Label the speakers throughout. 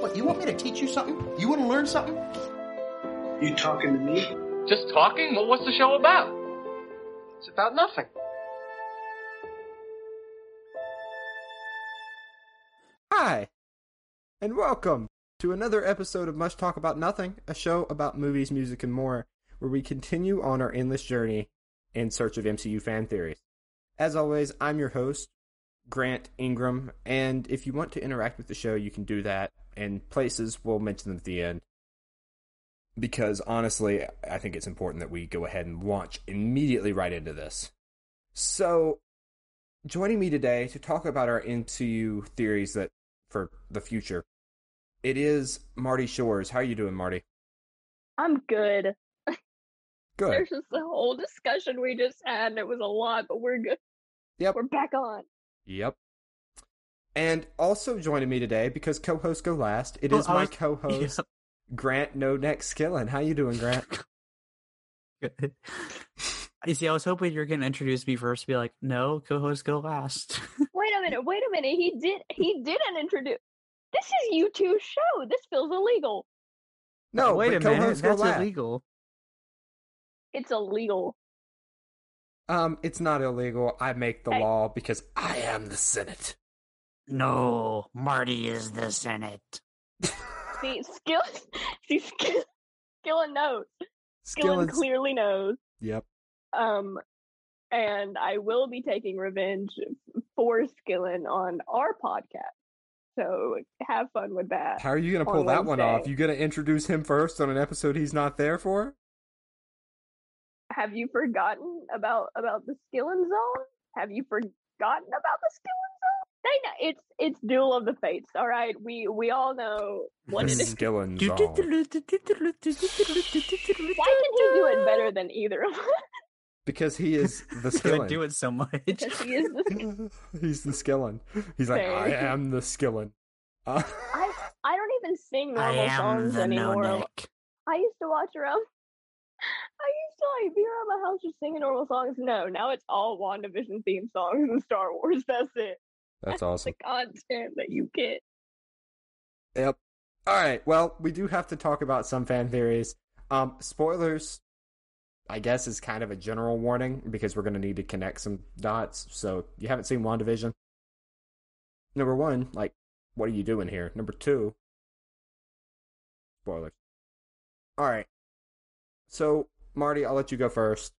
Speaker 1: What, you want me to teach you something? You want to learn something?
Speaker 2: You talking to me?
Speaker 3: Just talking? Well, what's the show about? It's about nothing.
Speaker 4: Hi, and welcome to another episode of Much Talk About Nothing, a show about movies, music, and more, where we continue on our endless journey in search of MCU fan theories. As always, I'm your host, Grant Ingram, and if you want to interact with the show, you can do that, and places we'll mention them at the end. Because honestly, I think it's important that we go ahead and launch immediately right into this. So, joining me today to talk about our MCU theories that for the future, it is Marty Shores. How are you doing, Marty?
Speaker 5: I'm good.
Speaker 4: Good.
Speaker 5: There's just the whole discussion we just had, and it was a lot, but we're good.
Speaker 4: Yep.
Speaker 5: We're back on.
Speaker 4: Yep. And also joining me today because co-hosts go last. It is
Speaker 6: Oh, I
Speaker 4: my
Speaker 6: was-
Speaker 4: co-host Grant No Neck Skillin. How you doing, Grant?
Speaker 6: Good. You see, I was hoping you were going to introduce me first, be like, no, co hosts go last.
Speaker 5: Wait a minute, wait a minute. He did he didn't introduce this is you two's show. This feels illegal.
Speaker 4: No,
Speaker 6: wait
Speaker 4: but
Speaker 6: a minute.
Speaker 4: co-hosts go
Speaker 6: That's
Speaker 4: last.
Speaker 6: illegal.
Speaker 5: It's illegal.
Speaker 4: Um, it's not illegal. I make the
Speaker 5: Hey.
Speaker 4: law because I am the Senate.
Speaker 6: No, Marty is the Senate.
Speaker 5: See skill see skill skill and knows. Skill and
Speaker 4: Skillin's-
Speaker 5: clearly knows.
Speaker 4: Yep.
Speaker 5: Um and I will be taking revenge for Skillin on our podcast. So have fun with that.
Speaker 4: How are you gonna
Speaker 5: On
Speaker 4: pull that one off?
Speaker 5: Wednesday.
Speaker 4: You gonna introduce him first on an episode he's not there for?
Speaker 5: have you forgotten about about the Skillin Zone? Have you forgotten about the Skillin Zone? They know it's it's Duel of the Fates. All right, we we all know what
Speaker 4: The
Speaker 5: it is.
Speaker 4: Skillin's on.
Speaker 5: Why
Speaker 6: Why
Speaker 5: can he do it better than either of us?
Speaker 4: Because he is the
Speaker 6: I do
Speaker 4: Skillin.
Speaker 6: it so much.
Speaker 5: Because he is the
Speaker 4: he's the Skillin. He's like,
Speaker 5: Fair.
Speaker 4: I am the Skillin. Uh,
Speaker 5: I I don't even sing
Speaker 6: I
Speaker 5: normal
Speaker 6: am
Speaker 5: songs
Speaker 6: the no
Speaker 5: anymore.
Speaker 6: neck.
Speaker 5: I used to watch around. I used to like be around my house just singing normal songs. No, now it's all WandaVision theme songs and Star Wars. That's it.
Speaker 4: That's awesome.
Speaker 5: The content that you get.
Speaker 4: Yep. All right. Well, we do have to talk about some fan theories. Um, spoilers, I guess, is kind of a general warning because we're going to need to connect some dots. So if you haven't seen WandaVision. Number one, like, what are you doing here? Number two, spoilers. All right. So, Marty, I'll let you go first.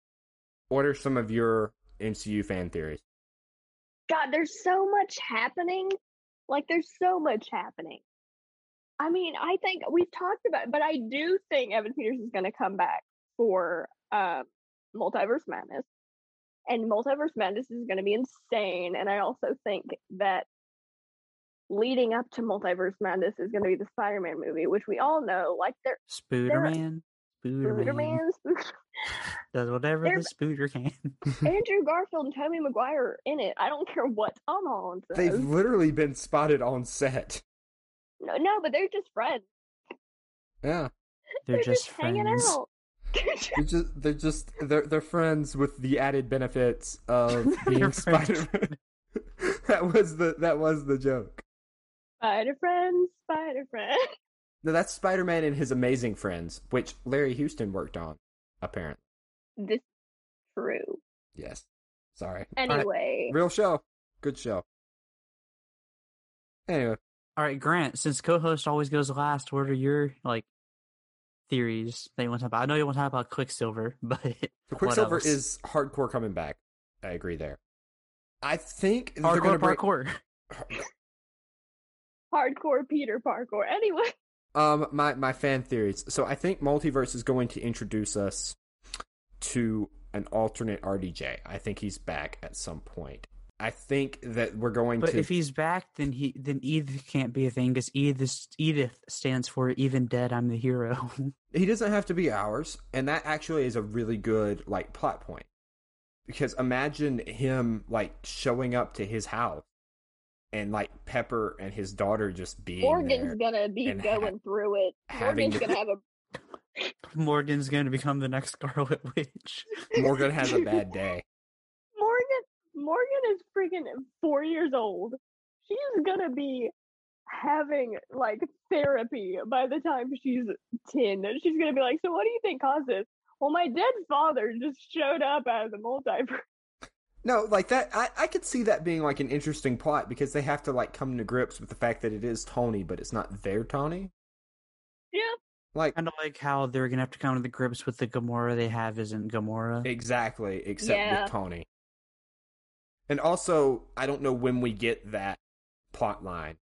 Speaker 4: What are some of your MCU fan theories?
Speaker 5: God, there's so much happening. Like, there's so much happening. I mean, I think we've talked about, but I do think Evan Peters is going to come back for um, Multiverse Madness, and Multiverse Madness is going to be insane. And I also think that leading up to Multiverse Madness is going to be the Spider-Man movie, which we all know, like they're
Speaker 6: Spooderman. Spooderman.
Speaker 5: Spider-Man,
Speaker 6: Does whatever
Speaker 5: They're-
Speaker 6: the spooder can.
Speaker 5: Andrew Garfield, and Tobey Maguire are in it. I don't care what Tom Holland says.
Speaker 4: They've literally been spotted on set.
Speaker 5: No, no, but they're just friends.
Speaker 4: Yeah.
Speaker 6: They're, just,
Speaker 5: hanging
Speaker 6: friends.
Speaker 5: out.
Speaker 4: They're just they're just they're they're friends with the added benefits of being
Speaker 6: They're friends.
Speaker 4: Spider Man. that was the that was the joke.
Speaker 5: spider friends, spider friends.
Speaker 4: No, that's Spider Man and his amazing friends, which Larry Houston worked on, apparently.
Speaker 5: This is true.
Speaker 4: Yes. Sorry.
Speaker 5: Anyway,
Speaker 4: Real show. Good show. Anyway.
Speaker 6: All right, Grant, since co-host always goes last, what are your like theories that you want to talk about? I know you want to talk about Quicksilver, but
Speaker 4: So
Speaker 6: What
Speaker 4: Quicksilver
Speaker 6: else?
Speaker 4: is hardcore coming back. I agree there. I think they're
Speaker 6: parkour,
Speaker 4: gonna bring-
Speaker 6: parkour.
Speaker 5: hardcore Peter Parkour. Anyway,
Speaker 4: Um, my my fan theories. So I think multiverse is going to introduce us to an alternate RDJ. I think he's back at some point. I think that we're going
Speaker 6: But
Speaker 4: to.
Speaker 6: if he's back, then he then Edith can't be a thing because Edith Edith stands for even dead, I'm the hero.
Speaker 4: he doesn't have to be ours, and that actually is a really good like plot point because imagine him like showing up to his house and like Pepper and his daughter just being there.
Speaker 5: Morgan's gonna be
Speaker 4: and ha-
Speaker 5: going through it.
Speaker 4: having
Speaker 5: Morgan's
Speaker 4: to-
Speaker 5: gonna have a
Speaker 6: Morgan's going to become the next Scarlet Witch.
Speaker 4: Morgan has a bad day.
Speaker 5: Morgan. Morgan is freaking four years old. She's gonna be having like therapy by the time she's 10. She's going to be like, So, what do you think caused this? Well, my dead father just showed up out of the multiverse.
Speaker 4: No, like that. I, I could see that being like an interesting plot because they have to like come to grips with the fact that it is Tony, but it's not their Tony.
Speaker 5: Yeah.
Speaker 4: Like
Speaker 6: Kind of like how they're gonna have to come to the grips with the Gamora they have isn't Gamora.
Speaker 4: exactly, except
Speaker 5: Yeah.
Speaker 4: with Tony. And also, I don't know when we get that plot line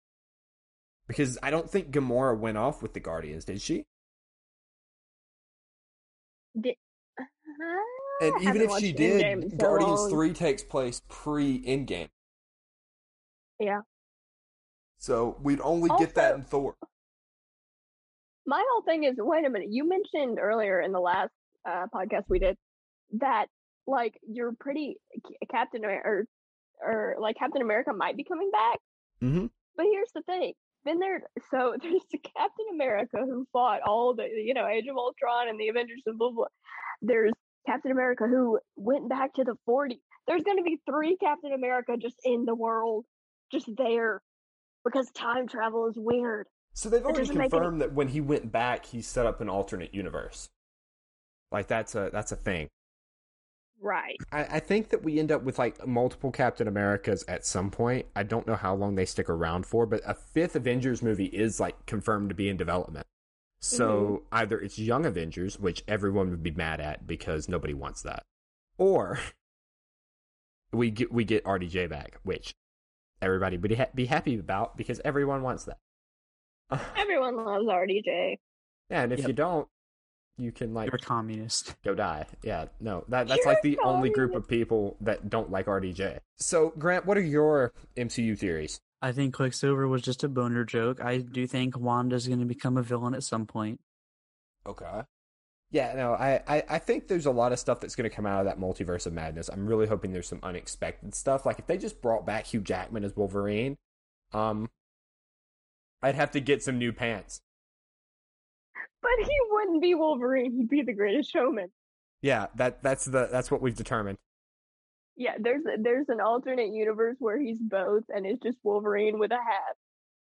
Speaker 4: because I don't think Gamora went off with the Guardians, did she?
Speaker 5: Di-
Speaker 4: And
Speaker 5: I
Speaker 4: even
Speaker 5: haven't
Speaker 4: if
Speaker 5: watched
Speaker 4: she
Speaker 5: Endgame in
Speaker 4: did,
Speaker 5: so
Speaker 4: Guardians
Speaker 5: long.
Speaker 4: 3 takes place pre Endgame.
Speaker 5: Yeah.
Speaker 4: So we'd only get that in Thor.
Speaker 5: My whole thing is wait a minute. You mentioned earlier in the last uh, podcast we did that like you're pretty C- Captain Amer- or or like Captain America might be coming back.
Speaker 4: Mhm.
Speaker 5: But here's the thing. Then there, so there's the Captain America who fought all the, you know, Age of Ultron and the Avengers and blah blah. There's Captain America who went back to the 40s. There's going to be three Captain America just in the world, just there, because time travel is weird.
Speaker 4: So they've already
Speaker 5: doesn't make any-
Speaker 4: confirmed that when he went back, he set up an alternate universe. Like that's a that's a thing.
Speaker 5: Right.
Speaker 4: I, I think that we end up with like multiple Captain Americas at some point. I don't know how long they stick around for, but a fifth Avengers movie is like confirmed to be in development.
Speaker 5: Mm-hmm.
Speaker 4: So either it's Young Avengers, which everyone would be mad at because nobody wants that, or we get we get RDJ back, which everybody would ha- be happy about because everyone wants that.
Speaker 5: Everyone loves RDJ.
Speaker 4: Yeah, and if
Speaker 6: Yep.
Speaker 4: you don't, you can like
Speaker 6: You're a communist.
Speaker 4: go die. Yeah, no, that that's
Speaker 5: You're
Speaker 4: like the
Speaker 5: a
Speaker 4: only group of people that don't like RDJ. So, Grant, what are your MCU theories?
Speaker 6: I think Quicksilver was just a boner joke. I do think Wanda's gonna become a villain at some point.
Speaker 4: Okay. Yeah, no, I, I, I think there's a lot of stuff that's going to come out of that multiverse of madness. I'm really hoping there's some unexpected stuff. Like if they just brought back Hugh Jackman as Wolverine, um, I'd have to get some new pants.
Speaker 5: But he wouldn't be Wolverine. He'd be the greatest showman.
Speaker 4: Yeah, that that's the that's what we've determined.
Speaker 5: Yeah, there's a, there's an alternate universe where he's both and it's just Wolverine with a hat.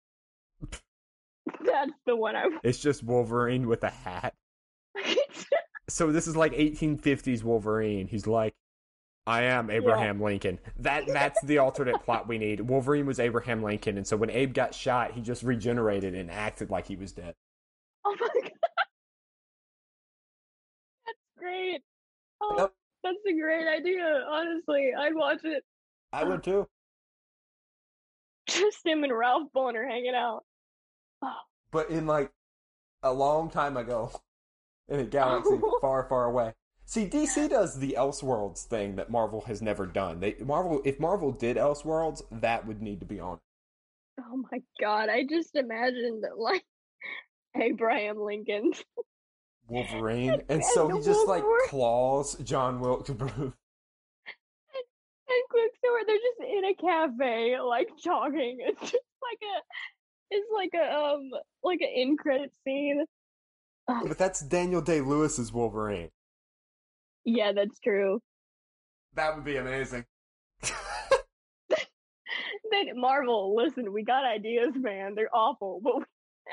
Speaker 5: That's the one I
Speaker 4: It's just Wolverine with a hat. so this is like 1850s Wolverine. He's like, I am Abraham Lincoln. That that's the alternate plot we need. Wolverine was Abraham Lincoln, and so when Abe got shot, he just regenerated and acted like he was dead.
Speaker 5: Oh my god. That's great. Oh,
Speaker 4: Yep.
Speaker 5: that's a great idea. Honestly, I'd watch it.
Speaker 4: I would too.
Speaker 5: Just him and Ralph Boner hanging out.
Speaker 4: But in like a long time ago, in a
Speaker 5: galaxy
Speaker 4: far, far away. See, DC does the Elseworlds thing that Marvel has never done. They Marvel, if Marvel did Elseworlds, that would need to be on.
Speaker 5: Oh my god, I just imagined like Abraham Lincoln.
Speaker 4: Wolverine, and
Speaker 5: And
Speaker 4: so
Speaker 5: the
Speaker 4: he just like
Speaker 5: Wolverine.
Speaker 4: claws John Wilkes Booth.
Speaker 5: and Quicksilver, they're just in a cafe, like jogging. It's just like a, it's like a um, like an end credit scene. Ugh,
Speaker 4: But that's Daniel Day Lewis's Wolverine.
Speaker 5: yeah, that's true.
Speaker 4: That would be amazing.
Speaker 5: Then Marvel, listen, we got ideas, man. They're awful, but we-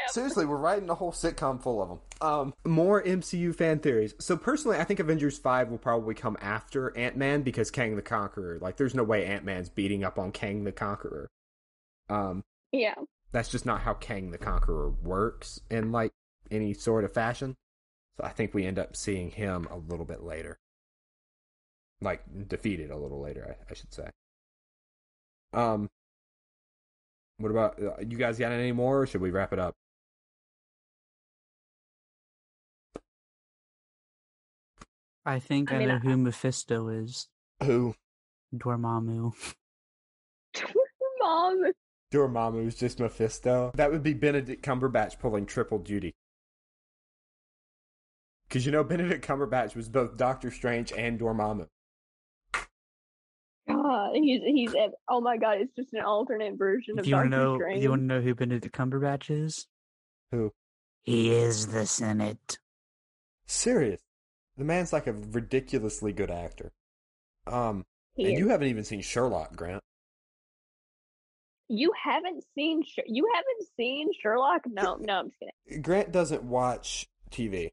Speaker 4: Seriously, we're writing a whole sitcom full of them. Um, More MCU fan theories. So personally, I think Avengers Five will probably come after Ant Man because Kang the Conqueror. Like, there's no way Ant Man's beating up on Kang the Conqueror. Um,
Speaker 5: yeah,
Speaker 4: that's just not how Kang the Conqueror works in like any sort of fashion. So I think we end up seeing him a little bit later. Like defeated a little later, I, I should say. Um what about uh, you guys got any more or should we wrap it up?
Speaker 6: I think
Speaker 5: I
Speaker 6: I,
Speaker 5: mean,
Speaker 6: know
Speaker 5: I-
Speaker 6: who Mephisto is.
Speaker 4: Who?
Speaker 6: Dormammu.
Speaker 5: mom.
Speaker 4: Dormammu's just Mephisto. That would be Benedict Cumberbatch pulling triple duty. Cuz you know Benedict Cumberbatch was both Doctor Strange and Dormammu.
Speaker 5: God, he's he's. ev- Oh my God, it's just an alternate version of
Speaker 6: Do you want
Speaker 5: Doctor
Speaker 6: to know? Do
Speaker 5: Strange.
Speaker 6: you want to know who Benedict Cumberbatch is?
Speaker 4: Who?
Speaker 6: He is the Senate.
Speaker 4: Serious. The man's like a ridiculously good actor. Um,
Speaker 5: He
Speaker 4: and
Speaker 5: is-
Speaker 4: you haven't even seen Sherlock, Grant.
Speaker 5: You haven't seen Sh- you haven't seen Sherlock? No, no, I'm just kidding.
Speaker 4: Grant doesn't watch TV.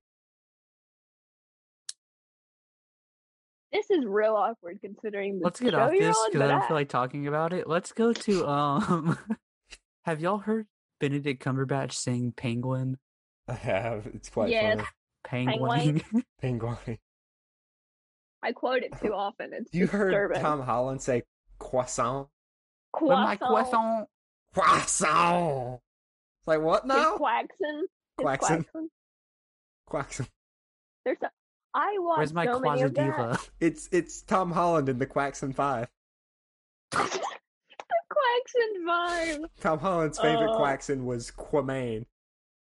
Speaker 5: This is real awkward considering the
Speaker 6: Let's get
Speaker 5: show
Speaker 6: off
Speaker 5: you're
Speaker 6: this
Speaker 5: on,
Speaker 6: because I
Speaker 5: but
Speaker 6: don't
Speaker 5: I-
Speaker 6: feel like talking about it. Let's go to um. have y'all heard Benedict Cumberbatch sing penguin?
Speaker 4: I have. It's quite
Speaker 5: Yes.
Speaker 4: funny.
Speaker 6: Penguin.
Speaker 4: Penguin.
Speaker 5: I quote it too often. It's
Speaker 4: You heard
Speaker 5: disturbing.
Speaker 4: Tom Holland say croissant?
Speaker 6: With my
Speaker 5: Quaxon.
Speaker 6: croissant.
Speaker 4: Croissant! It's like, what
Speaker 5: His
Speaker 4: now?
Speaker 5: Quaxon. His
Speaker 4: Quaxon.
Speaker 5: Quaxon.
Speaker 4: Quaxon.
Speaker 5: There's a, I watch
Speaker 6: Where's my
Speaker 5: so many
Speaker 6: quasi
Speaker 5: of that.
Speaker 6: diva?
Speaker 4: It's it's Tom Holland in the Quaxon Five.
Speaker 5: the Quaxon vibe.
Speaker 4: Tom Holland's favorite
Speaker 5: Oh.
Speaker 4: Quaxon was Quamain.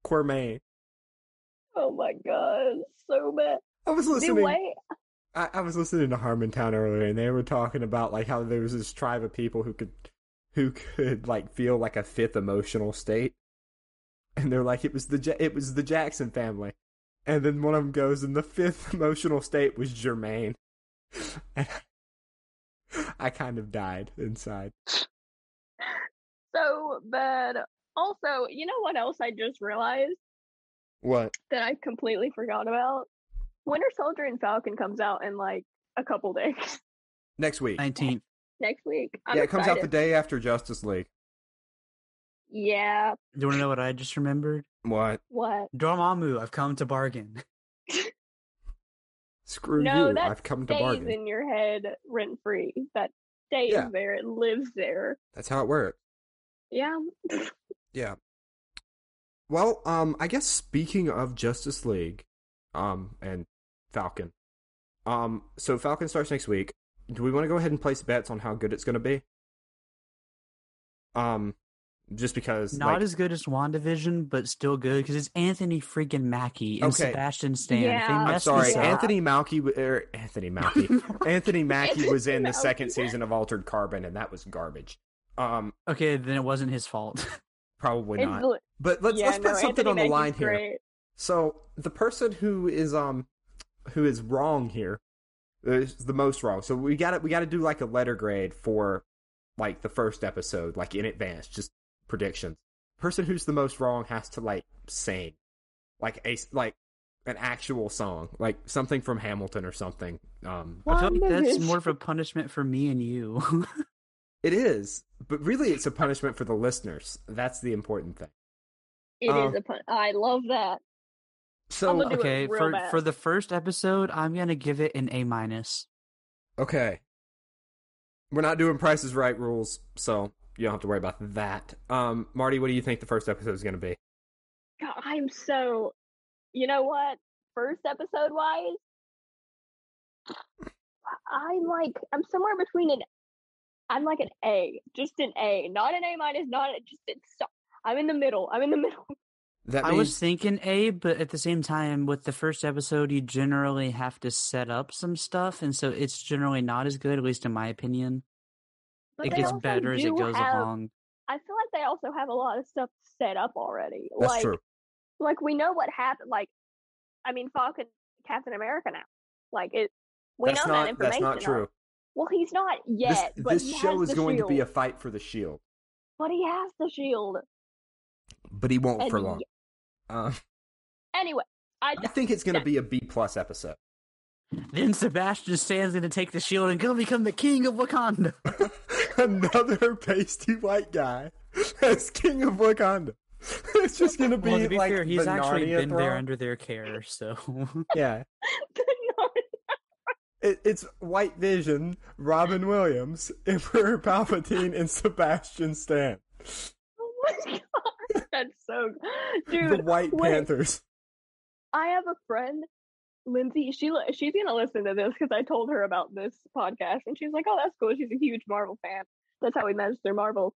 Speaker 4: Quamain.
Speaker 5: Oh my god, so bad.
Speaker 4: I was
Speaker 5: The
Speaker 4: listening.
Speaker 5: way
Speaker 4: I, I was listening to Harmontown earlier, and they were talking about like how there was this tribe of people who could, who could like feel like a fifth emotional state, and they're like it was the Ja- it was the Jackson family, and then one of them goes, and the fifth emotional state was Jermaine, and I, I kind of died inside.
Speaker 5: so bad. Also, you know what else I just realized
Speaker 4: What?
Speaker 5: that I completely forgot about? Winter Soldier and Falcon comes out in like a couple days
Speaker 4: Next week?
Speaker 6: Nineteenth.
Speaker 5: next week. I'm
Speaker 4: yeah, it comes out the
Speaker 5: excited.
Speaker 4: day after Justice League.
Speaker 5: Yeah,
Speaker 6: Do you want to know what I just remembered?
Speaker 4: What?
Speaker 5: what?
Speaker 6: Dormammu, I've come to bargain.
Speaker 4: Screw
Speaker 5: no,
Speaker 4: you!
Speaker 5: that
Speaker 4: I've come to
Speaker 5: stays
Speaker 4: bargain.
Speaker 5: in your head rent free. That stays
Speaker 4: Yeah.
Speaker 5: there. It lives there.
Speaker 4: That's how it works.
Speaker 5: Yeah.
Speaker 4: Yeah. Well, um, I guess speaking of Justice League, um, and Falcon, um, so Falcon starts next week. Do we want to go ahead and place bets on how good it's going to be? Um, just because
Speaker 6: Not
Speaker 4: like,
Speaker 6: as good as WandaVision, but still good because it's Anthony freaking Mackie and
Speaker 4: Okay.
Speaker 6: Sebastian Stan.
Speaker 5: Yeah.
Speaker 6: They
Speaker 5: I'm
Speaker 4: I'm
Speaker 6: messed
Speaker 4: sorry,
Speaker 6: this up.
Speaker 4: Anthony Malky w- er, Anthony Malky, Anthony Mackie was in the
Speaker 5: Anthony
Speaker 4: second
Speaker 5: Mackie.
Speaker 4: season of Altered Carbon, and that was garbage. Um,
Speaker 6: Okay, then it wasn't his fault.
Speaker 4: probably
Speaker 5: It's
Speaker 4: not.
Speaker 5: li-
Speaker 4: But let's
Speaker 5: yeah,
Speaker 4: let's
Speaker 5: no,
Speaker 4: put something
Speaker 5: Anthony
Speaker 4: on the
Speaker 5: Mackie's
Speaker 4: line here.
Speaker 5: great.
Speaker 4: So the person who is um who is wrong here uh, is the most wrong. So we got to we got to do like a letter grade for like the first episode, like in advance, just predictions. Person who's the most wrong has to like sing, like a like an actual song, like something from Hamilton or something. Um,
Speaker 6: I feel like that's
Speaker 5: WandaVision.
Speaker 6: more of a punishment for me and you.
Speaker 4: it is, but really, it's a punishment for the listeners. That's the important thing.
Speaker 5: It is
Speaker 4: Uh,
Speaker 5: a pun. I love that.
Speaker 4: So
Speaker 5: I'm gonna do it
Speaker 6: okay,
Speaker 5: real
Speaker 6: for
Speaker 5: bad.
Speaker 6: for the first episode, I'm gonna give it an A minus.
Speaker 4: Okay. We're not doing prices right rules, so you don't have to worry about that. Um, Marty, what do you think the first episode is going to be?
Speaker 5: God, I'm so. You know what? First episode wise, I'm like I'm somewhere between an. I'm like an A, just an A, not an A minus, not a- just an. So, I'm in the middle. I'm in the middle.
Speaker 4: That
Speaker 6: I
Speaker 4: means
Speaker 6: was thinking A, but at the same time, with the first episode, you generally have to set up some stuff, and so it's generally not as good, at least in my opinion.
Speaker 5: But
Speaker 6: it
Speaker 5: they
Speaker 6: gets
Speaker 5: also
Speaker 6: better as it
Speaker 5: do
Speaker 6: goes
Speaker 5: have-
Speaker 6: along.
Speaker 5: I feel like they also have a lot of stuff set up already.
Speaker 4: that's
Speaker 5: like,
Speaker 4: true.
Speaker 5: like we know what happened. Like, I mean, Falcon, Captain America now. Like it. We
Speaker 4: That's
Speaker 5: know that
Speaker 4: not that's
Speaker 5: information.
Speaker 4: not true.
Speaker 5: al- Well, he's not yet.
Speaker 4: This,
Speaker 5: but
Speaker 4: this
Speaker 5: he
Speaker 4: show
Speaker 5: has
Speaker 4: is
Speaker 5: the
Speaker 4: going to be a
Speaker 5: shield.
Speaker 4: fight for the shield,
Speaker 5: But he has the shield.
Speaker 4: but he won't
Speaker 5: And
Speaker 4: for
Speaker 5: y-
Speaker 4: long. Um,
Speaker 5: Anyway, I
Speaker 4: I think it's going to be a B plus episode.
Speaker 6: Then Sebastian Stan's gonna take the shield and go become the king of Wakanda.
Speaker 4: Another pasty white guy as king of Wakanda. It's just going to be
Speaker 6: well, to be
Speaker 4: like
Speaker 6: fair, he's
Speaker 4: the
Speaker 6: actually
Speaker 4: Narnia
Speaker 6: been there
Speaker 4: throne.
Speaker 6: under their care, so
Speaker 4: Yeah, It, it's White Vision, Robin Williams, Emperor Palpatine, and Sebastian Stan.
Speaker 5: oh my god, that's so
Speaker 4: the
Speaker 5: dude.
Speaker 4: White
Speaker 5: wait.
Speaker 4: Panthers.
Speaker 5: I have a friend, Lindsay. She li- she's gonna listen to this because I told her about this podcast, and she's like, "Oh, that's cool." She's a huge Marvel fan. That's how we managed through Marvel.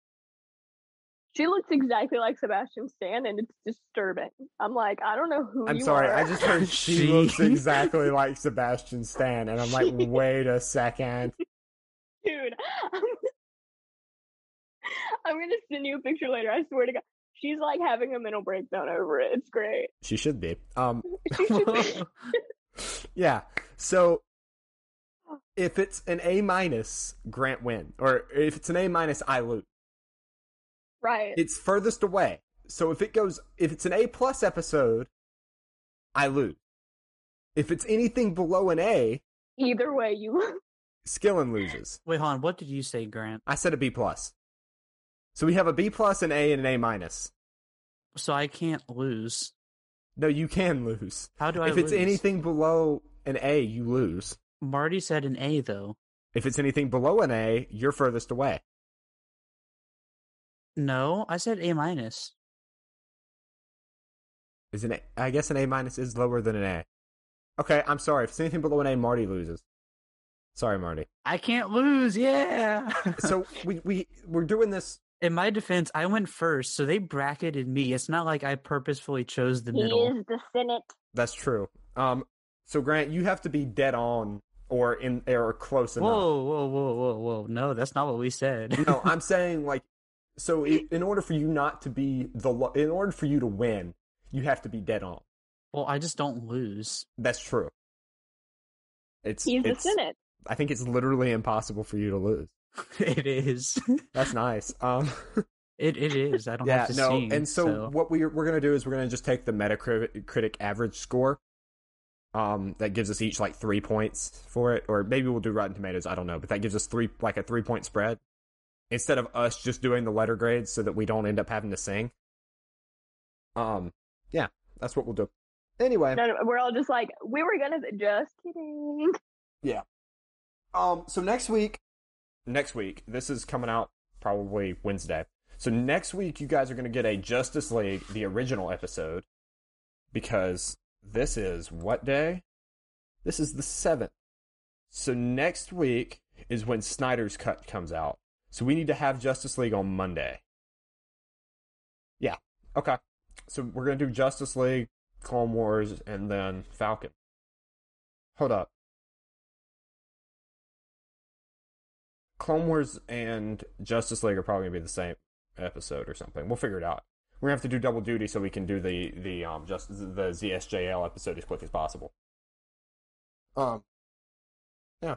Speaker 5: She looks exactly like Sebastian Stan, and it's disturbing. I'm like, I don't know who.
Speaker 4: I'm
Speaker 5: you
Speaker 4: sorry,
Speaker 5: are.
Speaker 4: I just heard she,
Speaker 6: She-
Speaker 4: looks exactly like Sebastian Stan, and I'm like, wait a second.
Speaker 5: dude. I'm, I'm gonna send you a picture later. I swear to God, she's like having a mental breakdown over it. It's great.
Speaker 4: She should be. Um,
Speaker 5: She should-
Speaker 4: yeah. So if it's an A minus, Grant win, or if it's an A minus, I lose.
Speaker 5: Right.
Speaker 4: It's furthest away. So if it goes, if it's an A plus episode, I lose. If it's anything below an A,
Speaker 5: Either way, you.
Speaker 4: Skillen loses.
Speaker 6: Wait, hold on. What did you say, Grant?
Speaker 4: I said a B plus. So we have a B plus, an A, and an A minus.
Speaker 6: So I can't lose.
Speaker 4: No, you can lose.
Speaker 6: How do I?
Speaker 4: if it's
Speaker 6: lose?
Speaker 4: anything below an A, you lose.
Speaker 6: Marty said an A though.
Speaker 4: If it's anything below an A, you're furthest away.
Speaker 6: No, I said A minus.
Speaker 4: Is an A, I guess an A minus is lower than an A. Okay, I'm sorry. If it's anything below an A, Marty loses. Sorry, Marty.
Speaker 6: I can't lose. Yeah.
Speaker 4: So we we we're doing this.
Speaker 6: in my defense, I went first, so they bracketed me. It's not like I purposefully chose the
Speaker 5: He
Speaker 6: middle.
Speaker 5: is the Senate.
Speaker 4: That's true. Um. So Grant, you have to be dead on or in or close enough.
Speaker 6: Whoa, whoa, whoa, whoa, whoa! No, that's not what we said.
Speaker 4: no, I'm saying like, so i in order for you not to be the, lo- in order for you to win, you have to be dead on.
Speaker 6: well, I just don't lose.
Speaker 4: That's true. It's,
Speaker 5: He's the
Speaker 4: it's
Speaker 5: Senate.
Speaker 4: I think it's literally impossible for you to lose.
Speaker 6: it is.
Speaker 4: That's nice. Um,
Speaker 6: It it is. I don't
Speaker 4: yeah,
Speaker 6: have to
Speaker 4: no,
Speaker 6: sing.
Speaker 4: and so, what we we're gonna do is we're gonna just take the Metacritic average score. Um, that gives us each like three points for it, or maybe we'll do Rotten Tomatoes. I don't know, but that gives us three like a three point spread instead of us just doing the letter grades so that we don't end up having to sing. Um, yeah, that's what we'll do. Anyway,
Speaker 5: No, no, we're all just like, we were gonna. Just kidding.
Speaker 4: Um, so next week, next week, this is coming out probably Wednesday. So next week, you guys are going to get a Justice League, the original episode, because this is what day? This is the 7th. So next week is when Snyder's Cut comes out. So we need to have Justice League on Monday. Yeah. Okay. So we're going to do Justice League, Clone Wars, and then Falcon. Hold up. Clone Wars and Justice League are probably gonna be the same episode or something. We'll figure it out. We're gonna have to do double duty so we can do the the um just the ZSJL episode as quick as possible. Um. Yeah.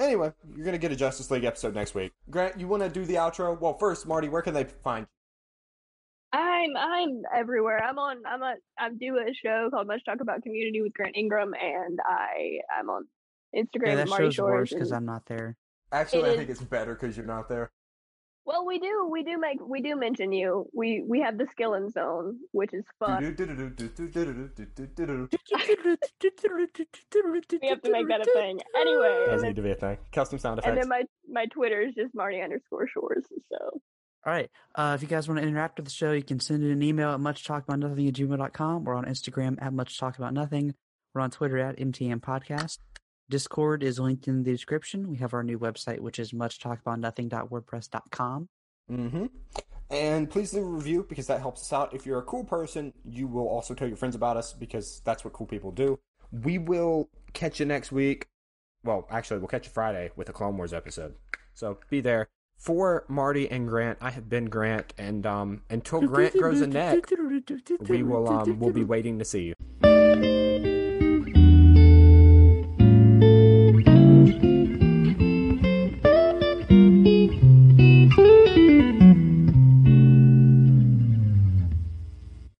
Speaker 4: Anyway, you're gonna get a Justice League episode next week. Grant, you want to do the outro? Well, first, Marty, where can they find
Speaker 5: I'm I'm everywhere. I'm on I'm on I'm do a show called Much Talk About Community with Grant Ingram and I I'm on Instagram
Speaker 6: yeah,
Speaker 5: and
Speaker 6: that
Speaker 5: Marty
Speaker 6: show's worse
Speaker 5: Shores.
Speaker 6: because
Speaker 5: and-
Speaker 6: I'm not there.
Speaker 4: you?
Speaker 5: It is-
Speaker 4: it's better because you're not there.
Speaker 5: Well we do we do make we do mention you. We we have the skill and zone, which is
Speaker 6: Mm-hmm.
Speaker 5: fun.
Speaker 4: That
Speaker 5: We have to make that a thing. Anyway, and
Speaker 4: doesn't
Speaker 5: then,
Speaker 4: need to be a thing. Custom sound
Speaker 5: and
Speaker 4: effects.
Speaker 5: then my my Twitter is just Marty underscore Shores. So
Speaker 6: All right. Uh, if you guys want to interact with the show, you can send in an email at muchtalkaboutnothing at gmail.com. We're on Instagram at muchtalkaboutnothing. We're on Twitter at MTM Podcast. Discord is linked in the description. We have our new website, which is muchtalkaboutnothing.wordpress.com.
Speaker 4: Mm-hmm. And please leave a review because that helps us out. If you're a cool person, you will also tell your friends about us because that's what cool people do. We will catch you next week. Well, actually, we'll catch you Friday with a Clone Wars episode. So be there. For Marty and Grant, I have Oh, been Grant, and um, until Grant grows a neck, we will um, we'll be waiting to see you.